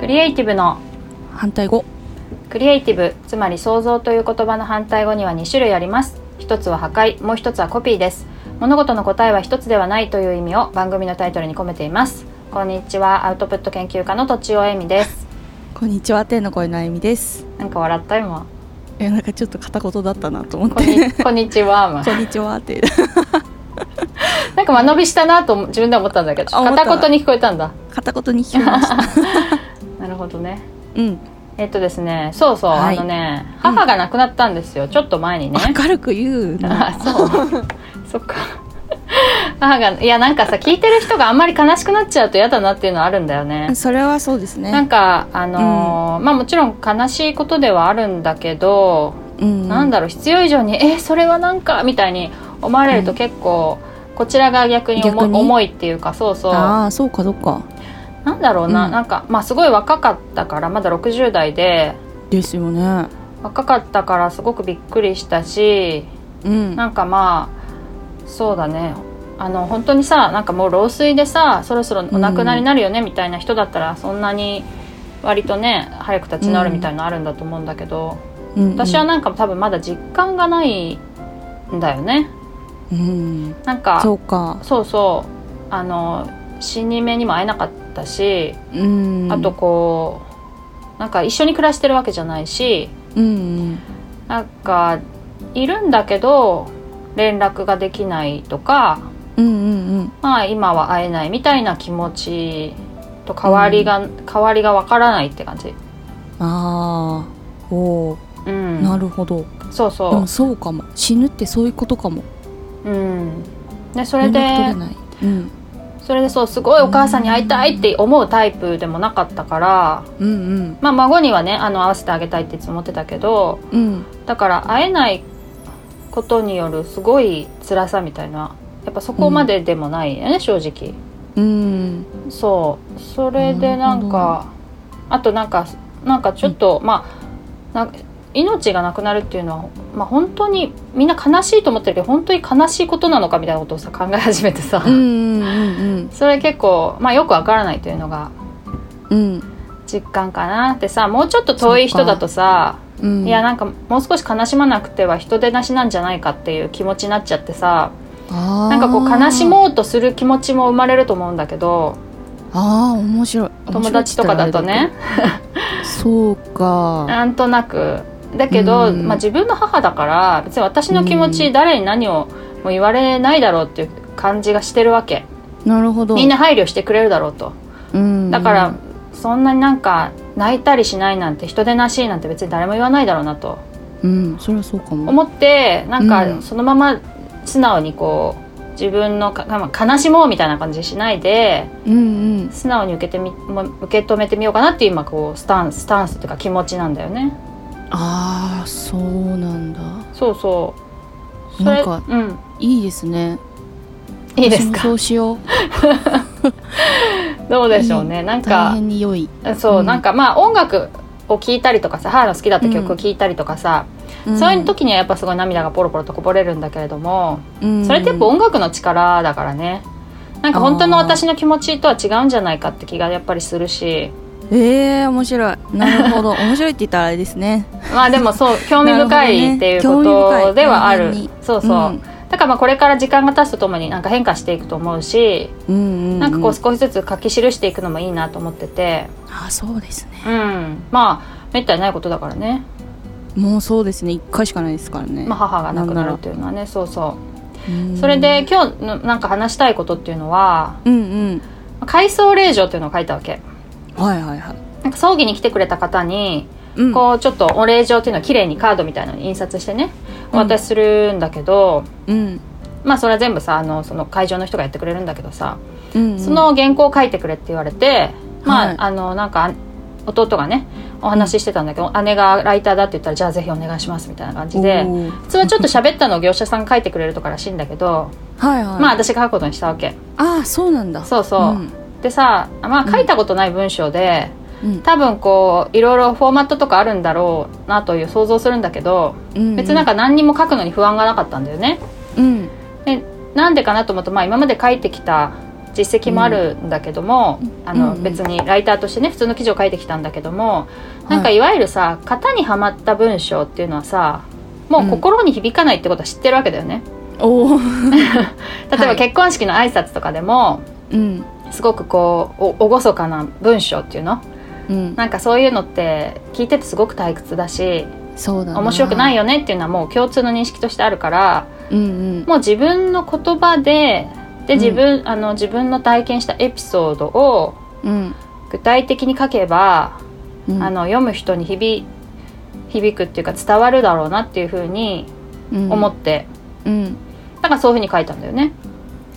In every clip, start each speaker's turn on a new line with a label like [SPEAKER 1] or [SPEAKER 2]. [SPEAKER 1] ティブの
[SPEAKER 2] 反対語
[SPEAKER 1] クリエイティブつまり創造という言葉の反対語には2種類あります一つは破壊もう一つはコピーです物事の答えは一つではないという意味を番組のタイトルに込めていますこんにちはアウトプット研究家のとちおえみです
[SPEAKER 2] こんにちは天の声のあゆみです
[SPEAKER 1] なんか笑った今
[SPEAKER 2] いやなんかちょっと片言だったなと思っ
[SPEAKER 1] こん
[SPEAKER 2] て
[SPEAKER 1] にこんにちはも
[SPEAKER 2] こんにちはって
[SPEAKER 1] なんか間延びしたなと自分では思ったんだけど
[SPEAKER 2] あ思った
[SPEAKER 1] 片言に聞こえたんだ
[SPEAKER 2] 片言に聞こえました
[SPEAKER 1] なるほどね
[SPEAKER 2] うん
[SPEAKER 1] えっとですねそうそう、
[SPEAKER 2] はい
[SPEAKER 1] あのね母が亡くなったんですよ、ちょっと前にね
[SPEAKER 2] 明るく言うな
[SPEAKER 1] あそうそっか母がいやなんかさ聞いてる人があんまり悲しくなっちゃうと嫌だなっていうのはあるんだよね
[SPEAKER 2] それはそうです
[SPEAKER 1] なん
[SPEAKER 2] ね
[SPEAKER 1] かあのーまあもちろん悲しいことではあるんだけど、
[SPEAKER 2] うん
[SPEAKER 1] なんだろう必要以上に「えそれはなんか」みたいに思われると結構、こちらが逆に重
[SPEAKER 2] 逆に
[SPEAKER 1] 重いっていうかそうそうな
[SPEAKER 2] ああそうかそうか
[SPEAKER 1] んだろうな、
[SPEAKER 2] うん
[SPEAKER 1] なんかまあすごい若かったからまだ60代で
[SPEAKER 2] ですよね
[SPEAKER 1] 若かったからすごくびっくりしたし
[SPEAKER 2] うん
[SPEAKER 1] なんかまあそうだねあの本当にさなんかもう老衰でさそろそろお亡くなりになるよねみたいな人だったら、そんなに割とね早く立ち直るみたいなのあるんだと思うんだけど、
[SPEAKER 2] うん
[SPEAKER 1] 私はなんか多分まだ実感がないんだよね
[SPEAKER 2] うん
[SPEAKER 1] なんか
[SPEAKER 2] そうか
[SPEAKER 1] そうそうあの死に目にも会えなかったし、
[SPEAKER 2] うん
[SPEAKER 1] あとこうなんか一緒に暮らしてるわけじゃないし
[SPEAKER 2] うん
[SPEAKER 1] なんかいるんだけど連絡ができないとか
[SPEAKER 2] うんうん
[SPEAKER 1] まあ今は会えないみたいな気持ちと変わりが、変わりがわからないって感じ。
[SPEAKER 2] うんああおお
[SPEAKER 1] うん、
[SPEAKER 2] なるほど
[SPEAKER 1] そう
[SPEAKER 2] で
[SPEAKER 1] そ
[SPEAKER 2] もそうかも死ぬってそういうことかも
[SPEAKER 1] う。うん。でそれ
[SPEAKER 2] 連絡取
[SPEAKER 1] で
[SPEAKER 2] れないうん
[SPEAKER 1] それでそうすごいお母さんに会いたいって思うタイプでもなかったから、
[SPEAKER 2] うん
[SPEAKER 1] まあ孫にはねあの会わせてあげたいっていつも思ってたけど、
[SPEAKER 2] うんうん
[SPEAKER 1] だから会えないことによるすごい辛さみたいな。やっぱそこまででもないよね、正直。
[SPEAKER 2] うん
[SPEAKER 1] そうそれでな
[SPEAKER 2] なる
[SPEAKER 1] ん
[SPEAKER 2] ほど
[SPEAKER 1] かあとなんかなんかちょっと、まあな命がなくなるっていうのは、まあ、本当にみんな悲しいと思ってるけど本当に悲しいことなのかみたいなことをさ考え始めてさ、
[SPEAKER 2] うんうん
[SPEAKER 1] それ結構、まあ、よくわからないというのが
[SPEAKER 2] うん
[SPEAKER 1] 実感かなってさもうちょっと遠い人だとさ、
[SPEAKER 2] うん
[SPEAKER 1] いやなんかもう少し悲しまなくては人手なしなんじゃないかっていう気持ちになっちゃってさ
[SPEAKER 2] な
[SPEAKER 1] なんかこう悲しもうとする気持ちも生まれると思うんだけど
[SPEAKER 2] あー面白い
[SPEAKER 1] 友達とかだとね。
[SPEAKER 2] 面白いって言ったらあれだ
[SPEAKER 1] なんとなくだけど、
[SPEAKER 2] うん
[SPEAKER 1] まあ、自分の母だから別に私の気持
[SPEAKER 2] う
[SPEAKER 1] ち
[SPEAKER 2] ん
[SPEAKER 1] 誰に何をもう言われないだろうっていう感じがしてるわけ
[SPEAKER 2] けどなるほど
[SPEAKER 1] みんな配慮してくれるだろうと
[SPEAKER 2] うん
[SPEAKER 1] だからそんなになんか泣いたりしないなんて人でなしいなんて別に誰も言わないだろうなと
[SPEAKER 2] うんそれはそうかも
[SPEAKER 1] 思ってなん
[SPEAKER 2] う
[SPEAKER 1] か
[SPEAKER 2] ん
[SPEAKER 1] そのまま素直にこう自分のかまあ悲しもうみたいな感じしないで
[SPEAKER 2] うんうん
[SPEAKER 1] 素直に受けてみも受け止めてみようかなっていう今こうスタンススタンスというか気持ちなんだよね。
[SPEAKER 2] ああそうなんだ
[SPEAKER 1] そうそう。それ
[SPEAKER 2] なんか
[SPEAKER 1] うん、
[SPEAKER 2] いいですね
[SPEAKER 1] いいです
[SPEAKER 2] 私もそ
[SPEAKER 1] か。
[SPEAKER 2] うしよう
[SPEAKER 1] どうでしょうね。なん
[SPEAKER 2] 大
[SPEAKER 1] か、
[SPEAKER 2] 変に良い
[SPEAKER 1] そう、
[SPEAKER 2] うん
[SPEAKER 1] なんか、まあ、音楽を聴いたりとかさ、母の好きだった曲を聴いたりとかさ。そういう時には、やっぱすごい涙がポロポロとこぼれるんだけれども。それってやっぱ音楽の力だからね。なんか、本当の私の気持ちとは違うんじゃないかって気がやっぱりするし。
[SPEAKER 2] ええー、面白いなる ほど面白いって言ったらあれですね
[SPEAKER 1] まあ、でも、そう、興味深
[SPEAKER 2] なるほど
[SPEAKER 1] い
[SPEAKER 2] ね
[SPEAKER 1] っていう
[SPEAKER 2] 興
[SPEAKER 1] こ
[SPEAKER 2] 味深い
[SPEAKER 1] とではある
[SPEAKER 2] 大変に。
[SPEAKER 1] そうそう。だからまあこれから時間が経つとともになんか変化していくと思うし、
[SPEAKER 2] うん、うんうん
[SPEAKER 1] なんかこう少しずつ書き記していくのもいいなと思ってて、
[SPEAKER 2] あそうですね
[SPEAKER 1] うん、まあめったにないことだからね、
[SPEAKER 2] もうそうですね一回しかないですからね、
[SPEAKER 1] まあ、母が亡くなるっていうのはねそうそうそれで今日のなんか話したいことっていうのは
[SPEAKER 2] うんうん
[SPEAKER 1] 回想令状っていうのを書いたわけ
[SPEAKER 2] はいはいはい、
[SPEAKER 1] なんか葬儀に来てくれた方に
[SPEAKER 2] うん
[SPEAKER 1] こうちょっとお礼状っていうのをきれいにカードみたいなのに印刷してねお渡しするんだけど、
[SPEAKER 2] うん
[SPEAKER 1] まあそれは全部さあのその会場の人がやってくれるんだけどさ、
[SPEAKER 2] うんうん
[SPEAKER 1] その原稿を書いてくれって言われて、まあ、
[SPEAKER 2] はい
[SPEAKER 1] あのなんか弟がねお話ししてたんだけど、姉がライターだって言ったらじゃあぜひお願いしますみたいな感じで
[SPEAKER 2] おー
[SPEAKER 1] 普通はちょっと喋ったのを業者さんが書いてくれるとからしいんだけど、
[SPEAKER 2] はいはい、
[SPEAKER 1] まあ
[SPEAKER 2] あ
[SPEAKER 1] 私が書くことにしたわけ
[SPEAKER 2] あそうなんだ
[SPEAKER 1] そうそう、
[SPEAKER 2] ん
[SPEAKER 1] でさまあ書いたことない文章で、
[SPEAKER 2] うん
[SPEAKER 1] 多分こういろいろフォーマットとかあるんだろうなという想像するんだけど
[SPEAKER 2] うん、
[SPEAKER 1] 別になんか何にも書くのに不安がなかったんだよね
[SPEAKER 2] うん
[SPEAKER 1] でなんでかなと思うとまあ今まで書いてきた実績もあるんだけども、
[SPEAKER 2] うん
[SPEAKER 1] あの
[SPEAKER 2] うんうん
[SPEAKER 1] 別にライターとしてね普通の記事を書いてきたんだけども、なんか
[SPEAKER 2] はい
[SPEAKER 1] いわゆるさ型にはまった文章っていうのはさもう心に響かないってことは知ってるわけだよね。
[SPEAKER 2] おー
[SPEAKER 1] 例え
[SPEAKER 2] は
[SPEAKER 1] ば
[SPEAKER 2] い
[SPEAKER 1] 結婚式の挨拶とかでも、
[SPEAKER 2] うん
[SPEAKER 1] すごくこうお厳かな文章っていうの
[SPEAKER 2] うん
[SPEAKER 1] なんかそういうのって聞いててすごく退屈だし
[SPEAKER 2] そうだな
[SPEAKER 1] 面白くない
[SPEAKER 2] よ
[SPEAKER 1] よねっていうのはもう共通の認識としてあるから
[SPEAKER 2] うんうん
[SPEAKER 1] もう自分の言葉でで
[SPEAKER 2] うん
[SPEAKER 1] 自分,、あの自分の体験したエピソードを
[SPEAKER 2] うん
[SPEAKER 1] 具体的に書けば、
[SPEAKER 2] うん
[SPEAKER 1] あの読む人に響響くっていうか伝わるだろうなっていうふうに
[SPEAKER 2] うん
[SPEAKER 1] 思って、
[SPEAKER 2] うん
[SPEAKER 1] だからそういうふうに書いたんだよね。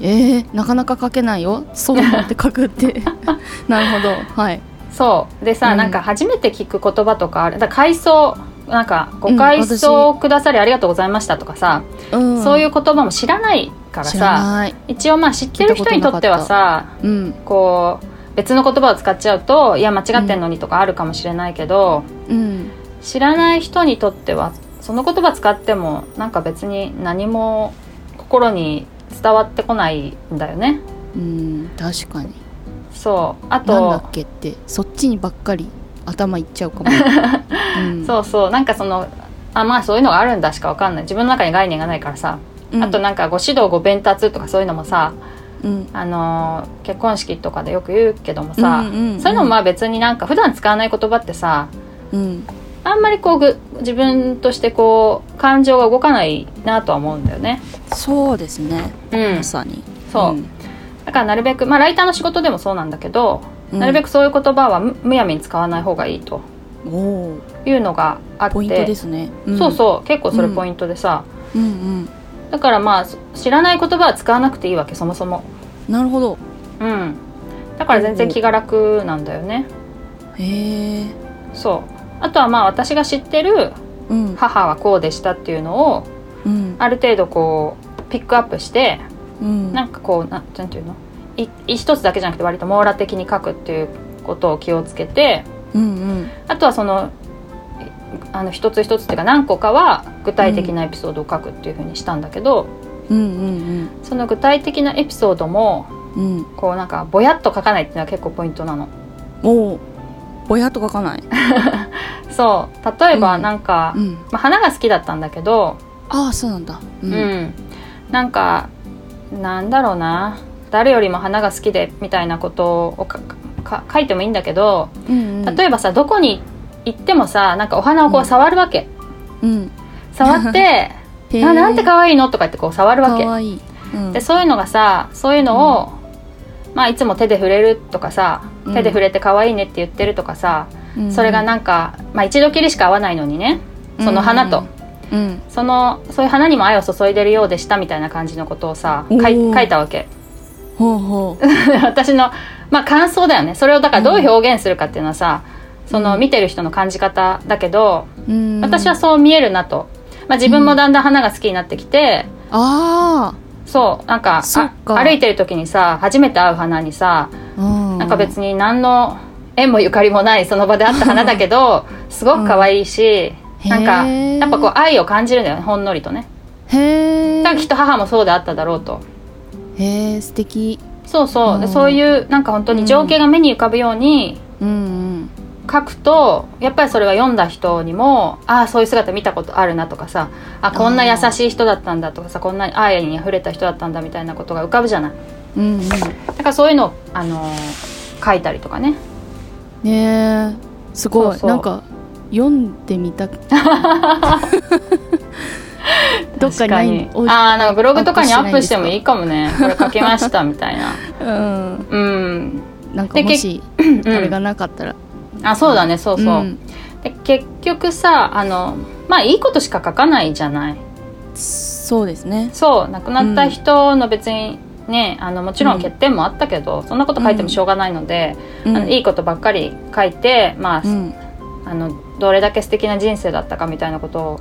[SPEAKER 2] えー、なかなか書けないよそう思って書くって なるほどはい
[SPEAKER 1] そうでさ、
[SPEAKER 2] うん
[SPEAKER 1] なんか初めて聞く言葉とかあるだから回想なんか「
[SPEAKER 2] う
[SPEAKER 1] ご
[SPEAKER 2] ん
[SPEAKER 1] 回想くださりありがとうございました」とかさ、
[SPEAKER 2] うん
[SPEAKER 1] そういう言葉も知らないから
[SPEAKER 2] 知ら
[SPEAKER 1] さ
[SPEAKER 2] ない
[SPEAKER 1] 一応まあ知ってる人にとってはさ
[SPEAKER 2] うん
[SPEAKER 1] こう別の言葉を使っちゃうといや間違ってんのにとかあるかもしれないけど、
[SPEAKER 2] うん
[SPEAKER 1] 知らない人にとってはその言葉使ってもなんか別に何も心に伝わってこないんだよね。
[SPEAKER 2] うん確かに
[SPEAKER 1] そうあ
[SPEAKER 2] なんだ
[SPEAKER 1] と
[SPEAKER 2] っけってそっちにばっかり頭いっちゃう かも、うん、
[SPEAKER 1] そうそうなんかそのあまあそういうのがあるんだしかわかんない自分の中に概念がないからさ、
[SPEAKER 2] うん
[SPEAKER 1] あとなんかご指導ご鞭達とかそういうのもさ、
[SPEAKER 2] うん
[SPEAKER 1] あのー結婚式とかでよく言うけどもさ、
[SPEAKER 2] うんうんうん
[SPEAKER 1] そういうのもまあ別になんか普段使わない言葉ってさ
[SPEAKER 2] うん
[SPEAKER 1] あんまりこうぐ自分としてこう感情が動かないなとは思うんだよね。
[SPEAKER 2] そうですね
[SPEAKER 1] うん、
[SPEAKER 2] ま
[SPEAKER 1] だ
[SPEAKER 2] さに
[SPEAKER 1] そうからなるべく、まあ、ライターの仕事でもそうなんだけど、
[SPEAKER 2] うん
[SPEAKER 1] なるべくそういう言葉はむむやみに使わない方がいいと
[SPEAKER 2] うんおー
[SPEAKER 1] いうのがあって
[SPEAKER 2] ポイントですね、
[SPEAKER 1] そうそう結構それポイントでさ、
[SPEAKER 2] うんうん
[SPEAKER 1] だからまあそ知らない言葉は使わなくていいわけそもそも
[SPEAKER 2] なるほど
[SPEAKER 1] うんだから全然気が楽なんだよね
[SPEAKER 2] へえ
[SPEAKER 1] そうあとはまあ私が知ってる
[SPEAKER 2] うん
[SPEAKER 1] 母はこうでしたっていうのを
[SPEAKER 2] うん
[SPEAKER 1] ある程度こうピックアップして
[SPEAKER 2] うん
[SPEAKER 1] なんかこうななんていうのい一つだけじゃなくて割と網羅的に書くっていうことを気をつけて
[SPEAKER 2] うんうん
[SPEAKER 1] あとはそのいあの一つ一つっていうか何個かは具体的なエピソードを書くっていうふうにしたんだけど、
[SPEAKER 2] うんうん
[SPEAKER 1] その具体的なエピソードも
[SPEAKER 2] うんうん
[SPEAKER 1] こうなんかぼやっと書かないっていうのは結構ポイントなの。
[SPEAKER 2] おーぼやっと書かない、
[SPEAKER 1] そう例えば
[SPEAKER 2] うん
[SPEAKER 1] なんか、
[SPEAKER 2] うん、
[SPEAKER 1] まあ、花が好きだったんだけど、
[SPEAKER 2] ああそうなんだう
[SPEAKER 1] うんなんかなんだろうな誰よりも花が好きでみたいなことをかか書いてもいいんだけど
[SPEAKER 2] うんうん
[SPEAKER 1] 例えばさどこに行ってもさなんかお花をこ
[SPEAKER 2] う
[SPEAKER 1] うん触るわけ、
[SPEAKER 2] うん
[SPEAKER 1] 触って「
[SPEAKER 2] へー
[SPEAKER 1] あなんて可愛いの?」とか言ってこう触るわけ
[SPEAKER 2] かわいい、うん、
[SPEAKER 1] でそういうのがさそういうのを、まあ、いつも手で触れるとかさ
[SPEAKER 2] うん
[SPEAKER 1] 手で触れて可愛いねって言ってるとかさ、
[SPEAKER 2] うん
[SPEAKER 1] それがなんか、まあ、一度きりしか会わないのにねその花と、
[SPEAKER 2] うん
[SPEAKER 1] そのそういう花にも愛を注いでるようでしたみたいな感じのことをさ
[SPEAKER 2] おー
[SPEAKER 1] 書い書いたわけ
[SPEAKER 2] ほうほう
[SPEAKER 1] 私の、まあ、感想だよねそれをだからどう表現するかっていうのはさ、その見てる人の感じ方だけど、
[SPEAKER 2] うん
[SPEAKER 1] 私はそう見えるなと、まあ、自分もだんだん花が好きになってきて、
[SPEAKER 2] あ
[SPEAKER 1] そうなんかあ
[SPEAKER 2] そっか
[SPEAKER 1] 歩いてる時にさ初めて会う花にさ
[SPEAKER 2] あ、うん、
[SPEAKER 1] なんか別に何の縁もゆかりもないその場で会った花だけ どすごく可愛いし、
[SPEAKER 2] うん
[SPEAKER 1] なんか
[SPEAKER 2] へー
[SPEAKER 1] やっぱこう愛を感じるんだよねほんのりとね。
[SPEAKER 2] へえ
[SPEAKER 1] だからきっと母もそうであっただろうと
[SPEAKER 2] へえ素敵
[SPEAKER 1] そうそう、で
[SPEAKER 2] うん
[SPEAKER 1] そういうなんか本当に情景が目に浮かぶように
[SPEAKER 2] うん
[SPEAKER 1] 書くと、やっぱりそれは読んだ人にもああそういう姿見たことあるなとかさあこんな優しい人だったんだとかさこんなに愛に溢れた人だったんだみたいなことが浮かぶじゃない
[SPEAKER 2] うんうん
[SPEAKER 1] だからそういうのを、あのー書いたりとかね
[SPEAKER 2] うんねえすごい
[SPEAKER 1] そうそう
[SPEAKER 2] なんか読んでみたくどっかにない
[SPEAKER 1] 確かにああなんかブログとかにアップしてもいいかもねこれ書きましたみたい な
[SPEAKER 2] うん
[SPEAKER 1] うん、
[SPEAKER 2] なんか
[SPEAKER 1] で
[SPEAKER 2] もし
[SPEAKER 1] うん、
[SPEAKER 2] あれがなかったら
[SPEAKER 1] あそうだねそうそう、
[SPEAKER 2] ん
[SPEAKER 1] で結局さあのまあいいことしか書かないじゃない
[SPEAKER 2] そうですね
[SPEAKER 1] そう亡くなった人の別にね、あのもちろん欠点もあったけど、そんなこと書いてもしょうがないので、
[SPEAKER 2] うん
[SPEAKER 1] あのいいことばっかり書いて、まあ
[SPEAKER 2] うん
[SPEAKER 1] あのどれだけ素敵な人生だったかみたいなことを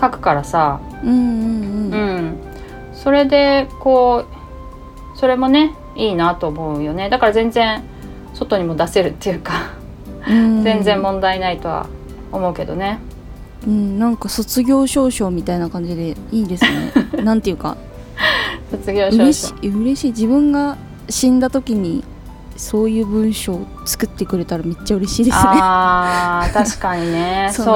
[SPEAKER 1] 書くからさ、
[SPEAKER 2] うんう
[SPEAKER 1] う
[SPEAKER 2] んうん
[SPEAKER 1] ん、それでこうそれもねいいなと思うよねだから全然外にも出せるっていうか
[SPEAKER 2] うん
[SPEAKER 1] 全然問題ないとは思うけどね。
[SPEAKER 2] うんなんか卒業証書みたいな感じでいいですねなんていうか
[SPEAKER 1] 卒業証
[SPEAKER 2] 嬉
[SPEAKER 1] 書
[SPEAKER 2] しい嬉しい自分が死んだ時にそういう文章を作ってくれたらめっちゃ嬉しいですね。
[SPEAKER 1] あー確かにねそう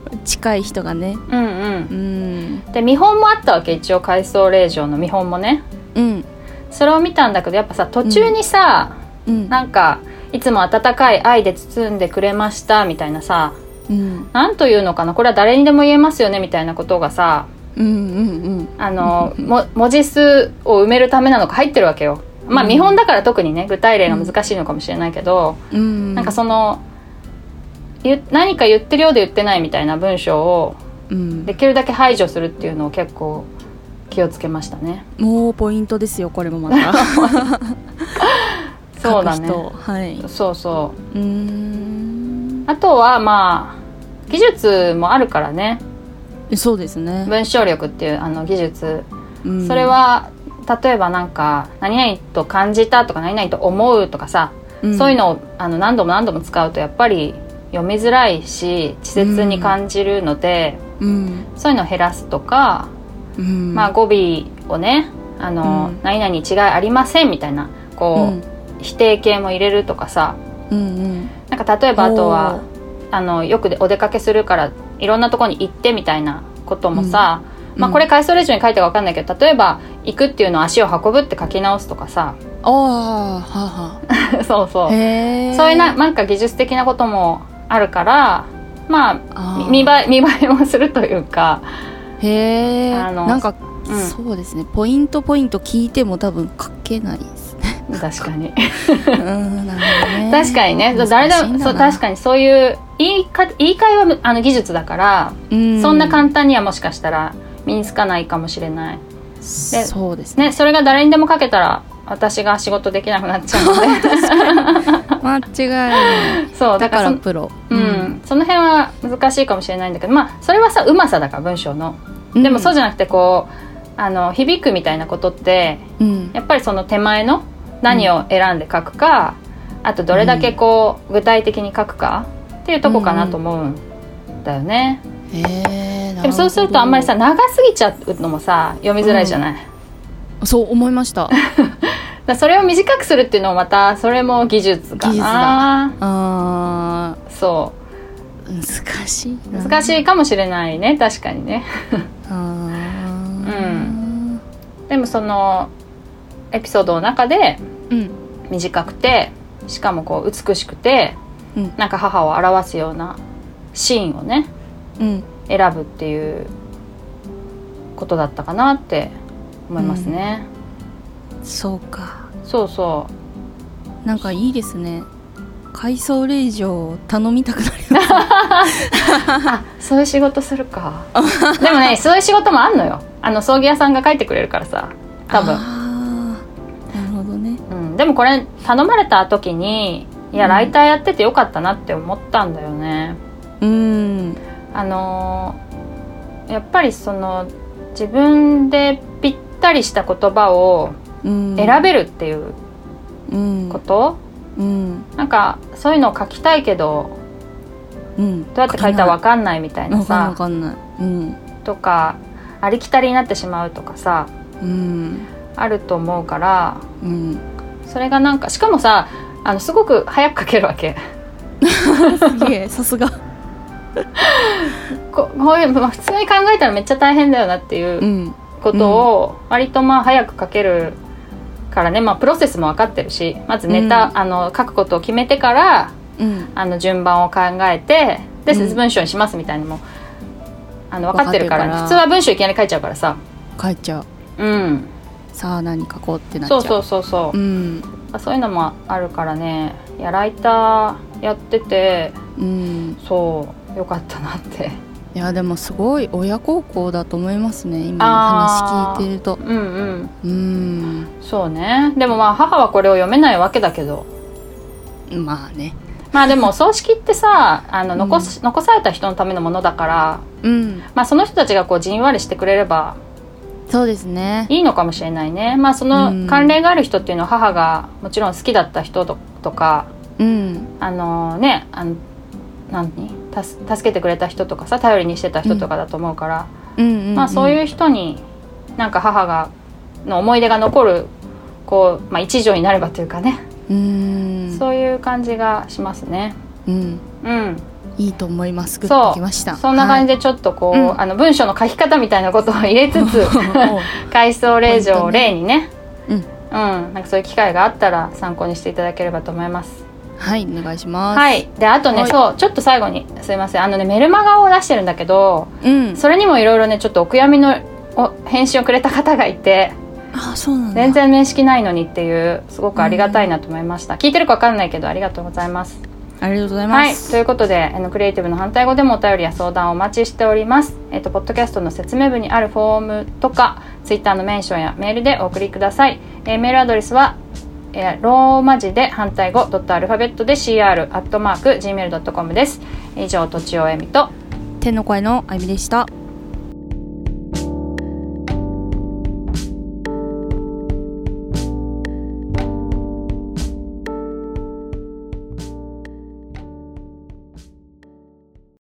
[SPEAKER 2] そう近い人がね。
[SPEAKER 1] ううん
[SPEAKER 2] う
[SPEAKER 1] うんんで見本もあったわけ一応回想令状の見本もね
[SPEAKER 2] うん
[SPEAKER 1] それを見たんだけどやっぱさ途中にさ、
[SPEAKER 2] うん
[SPEAKER 1] なんかいつも温かい愛で包んでくれましたみたいなさ
[SPEAKER 2] うん
[SPEAKER 1] なんというのかなこれは誰にでも言えますよねみたいなことがさ
[SPEAKER 2] うんうんうん
[SPEAKER 1] あのも文字数を埋めるためなのか入ってるわけよ。まあ
[SPEAKER 2] うん
[SPEAKER 1] 見本だから特にね具体例が難しいのかもしれないけど、
[SPEAKER 2] うん
[SPEAKER 1] なんかそのゆ何か言ってるようで言ってないみたいな文章を
[SPEAKER 2] うん
[SPEAKER 1] できるだけ排除するっていうのを結構気をつけましたね。
[SPEAKER 2] もうポイントですよこれもまた
[SPEAKER 1] そうだね
[SPEAKER 2] 書く人はい
[SPEAKER 1] そうそう
[SPEAKER 2] うーん
[SPEAKER 1] あとはまあ技術もあるからね
[SPEAKER 2] そうですね、
[SPEAKER 1] 文章力っていうあの技術
[SPEAKER 2] うん
[SPEAKER 1] それ、は例えばなんか何々と感じたとか何々と思うとかさ、
[SPEAKER 2] ん
[SPEAKER 1] そういうのをあの何度も何度も使うとやっぱり読みづらいし稚拙に感じるので、
[SPEAKER 2] うん、
[SPEAKER 1] そういうのを減らすとか、
[SPEAKER 2] うん、
[SPEAKER 1] まあ、語尾をねあの、
[SPEAKER 2] うん
[SPEAKER 1] 何々に違いありませんみたいな
[SPEAKER 2] う
[SPEAKER 1] こ
[SPEAKER 2] ん
[SPEAKER 1] う、否定形も入れるとかさ
[SPEAKER 2] うんうん
[SPEAKER 1] なんか例えばあとはあのよくでお出かけするからいろんなとこに行ってみたいなこともさ、
[SPEAKER 2] うん
[SPEAKER 1] まあ、
[SPEAKER 2] うん
[SPEAKER 1] これ回想レジュに書いたか分かんないけど例えば「行く」っていうのを足を運ぶって書き直すとかさ
[SPEAKER 2] ああは
[SPEAKER 1] そう
[SPEAKER 2] あ
[SPEAKER 1] そ
[SPEAKER 2] はあ
[SPEAKER 1] う
[SPEAKER 2] へえ
[SPEAKER 1] そういうななんか技術的なこともあるからまあ
[SPEAKER 2] あー
[SPEAKER 1] 見見栄え見栄えもするというか
[SPEAKER 2] へえ
[SPEAKER 1] あの
[SPEAKER 2] なんか、
[SPEAKER 1] うん
[SPEAKER 2] そうですねポイントポイント聞いても多分書けないですね
[SPEAKER 1] 確かに
[SPEAKER 2] うーんなるほどね
[SPEAKER 1] 確かにね誰でもそう確
[SPEAKER 2] に、
[SPEAKER 1] かにそういう言いか言い換えはむあの技術だから、
[SPEAKER 2] う
[SPEAKER 1] そんな簡単にはもしかしたら身につかないかもしれない。
[SPEAKER 2] じそうですね
[SPEAKER 1] ね、それが誰にでもかけたら私が仕事できなくなっちゃう の
[SPEAKER 2] 間違いない
[SPEAKER 1] でそうだ
[SPEAKER 2] だ
[SPEAKER 1] か
[SPEAKER 2] からら
[SPEAKER 1] その
[SPEAKER 2] プロ、
[SPEAKER 1] うん、その辺は難しいかもしれないんだけどまあそれはさうまさだから文章の。
[SPEAKER 2] うん
[SPEAKER 1] でもそうじゃなくてこうあの響くみたいなことって
[SPEAKER 2] うん
[SPEAKER 1] やっぱりその手前の何を選んで書くか、あとどれだけこう具体的に書くかっていうとこかなと思うんだよね。
[SPEAKER 2] へえ
[SPEAKER 1] でもそうするとあんまりさ長すぎちゃうのもさ読みづらいじゃない。
[SPEAKER 2] そう思いました
[SPEAKER 1] だからそれを短くするっていうのもまたそれも技術かな
[SPEAKER 2] 技術だあ
[SPEAKER 1] そ
[SPEAKER 2] ー難しいうな
[SPEAKER 1] 難しいかもしれないね確かにね
[SPEAKER 2] あー
[SPEAKER 1] でもそのエピソードの中で
[SPEAKER 2] うん
[SPEAKER 1] 短くてしかもこう美しくて
[SPEAKER 2] うん
[SPEAKER 1] なんか母を表すようなシーンをね
[SPEAKER 2] うん
[SPEAKER 1] 選ぶっていうことだったかなって思いますね、
[SPEAKER 2] そうか
[SPEAKER 1] そうそ
[SPEAKER 2] なんかいいですね海藻令状頼みたくなります
[SPEAKER 1] うそういう仕事するかでもねそういう仕事もあんのよあの葬儀屋さんが書いてくれるからさ多分
[SPEAKER 2] あーなるほどね
[SPEAKER 1] うん、でもこれ頼まれた時にいや
[SPEAKER 2] うん
[SPEAKER 1] ライターやっててよかったなって思ったんだよね。
[SPEAKER 2] うん
[SPEAKER 1] あのーやっぱりその自分でぴったりした言葉を
[SPEAKER 2] うん
[SPEAKER 1] 選べるっていう
[SPEAKER 2] うん
[SPEAKER 1] こと、
[SPEAKER 2] うん
[SPEAKER 1] なんかそういうのを書きたいけど
[SPEAKER 2] うん
[SPEAKER 1] どうやって書いたらわかんないみたいな
[SPEAKER 2] わかんないわ
[SPEAKER 1] さ
[SPEAKER 2] かんないうん
[SPEAKER 1] とかありきたりになってしまうとかさ
[SPEAKER 2] うん
[SPEAKER 1] あると思うから
[SPEAKER 2] うん
[SPEAKER 1] それがなんかしかもさあのすごく早く書けるわけ。
[SPEAKER 2] すげえさすが
[SPEAKER 1] ここういうまあ普通に考えたらめっちゃ大変だよなっていう
[SPEAKER 2] うん
[SPEAKER 1] ことを割とまあ早く書けるからね、まあ、プロセスも分かってるしまずネタ、
[SPEAKER 2] うん
[SPEAKER 1] あの書くことを決めてから
[SPEAKER 2] うん
[SPEAKER 1] あの順番を考えてで
[SPEAKER 2] うん
[SPEAKER 1] 文章にしますみたいなのもあの分かってるから,、
[SPEAKER 2] 分かってるから
[SPEAKER 1] 普通は文章いきなり書いちゃうからさ、
[SPEAKER 2] 書いちゃう
[SPEAKER 1] うん、
[SPEAKER 2] さあ何書こうってなっちゃ
[SPEAKER 1] そううそううそうそう
[SPEAKER 2] う、ん
[SPEAKER 1] そういうのもあるからねいやライターやってて
[SPEAKER 2] うん
[SPEAKER 1] そうよかったなって
[SPEAKER 2] いやでもすごい親孝行だと思いますね今の
[SPEAKER 1] あー
[SPEAKER 2] 話聞いてると
[SPEAKER 1] うんうん
[SPEAKER 2] うん
[SPEAKER 1] そうねでもまあ母はこれを読めないわけだけど
[SPEAKER 2] まあね
[SPEAKER 1] まあでもお葬式ってさ あの残す、残された人のためのものだから、
[SPEAKER 2] うん
[SPEAKER 1] まあ、その人たちがこうじんわりしてくれれば
[SPEAKER 2] そうですね
[SPEAKER 1] いいのかもしれないね、まあ、そ
[SPEAKER 2] うん
[SPEAKER 1] の関連がある人っていうのは母がもちろん好きだった人ととか
[SPEAKER 2] うん
[SPEAKER 1] あのねあの何たす助けてくれた人とかさ頼りにしてた人とかだと思うから、
[SPEAKER 2] うんうん、うん、
[SPEAKER 1] まあ、そういうう人になんか母がの思い出が残るこう、まあ、一助になればというかね、
[SPEAKER 2] うん
[SPEAKER 1] そういう感じがしますね。
[SPEAKER 2] うん
[SPEAKER 1] うん、
[SPEAKER 2] いいと思いますグッ
[SPEAKER 1] そう
[SPEAKER 2] ときました
[SPEAKER 1] そんな感じでちょっとこう、
[SPEAKER 2] うん
[SPEAKER 1] あの文章の書き方みたいなことを入れつ つ
[SPEAKER 2] はい
[SPEAKER 1] 回想令状を
[SPEAKER 2] ポイントね
[SPEAKER 1] 例にね、
[SPEAKER 2] うん
[SPEAKER 1] うん、なんかそういう機会があったら参考にしていただければと思います。
[SPEAKER 2] はいお願いします
[SPEAKER 1] はい、であとね、
[SPEAKER 2] はい
[SPEAKER 1] そうちょっと最後にすいませんあのねメルマガを出してるんだけど
[SPEAKER 2] うん
[SPEAKER 1] それにもいろいろねちょっとお悔やみのお返信をくれた方がいて
[SPEAKER 2] あそうなんだ
[SPEAKER 1] 全然面識ないのにっていうすごくありがたいなと思いました、聞いてるかわかんないけどありがとうございます。
[SPEAKER 2] ありがとうございま
[SPEAKER 1] はい、
[SPEAKER 2] す
[SPEAKER 1] ということで、あのクリエイティブの反対語でもお便りや相談をお待ちしております。えっとポッドキャストの説明文にあるフォームとか、ツイッターのメンションやメールでお送りください。えーメールアドレスは、えーローマ字で反対語ドットアルファベットで cr アットマーク gmail ドットコムです。以上とちおえみと
[SPEAKER 2] 天の声のあゆみでした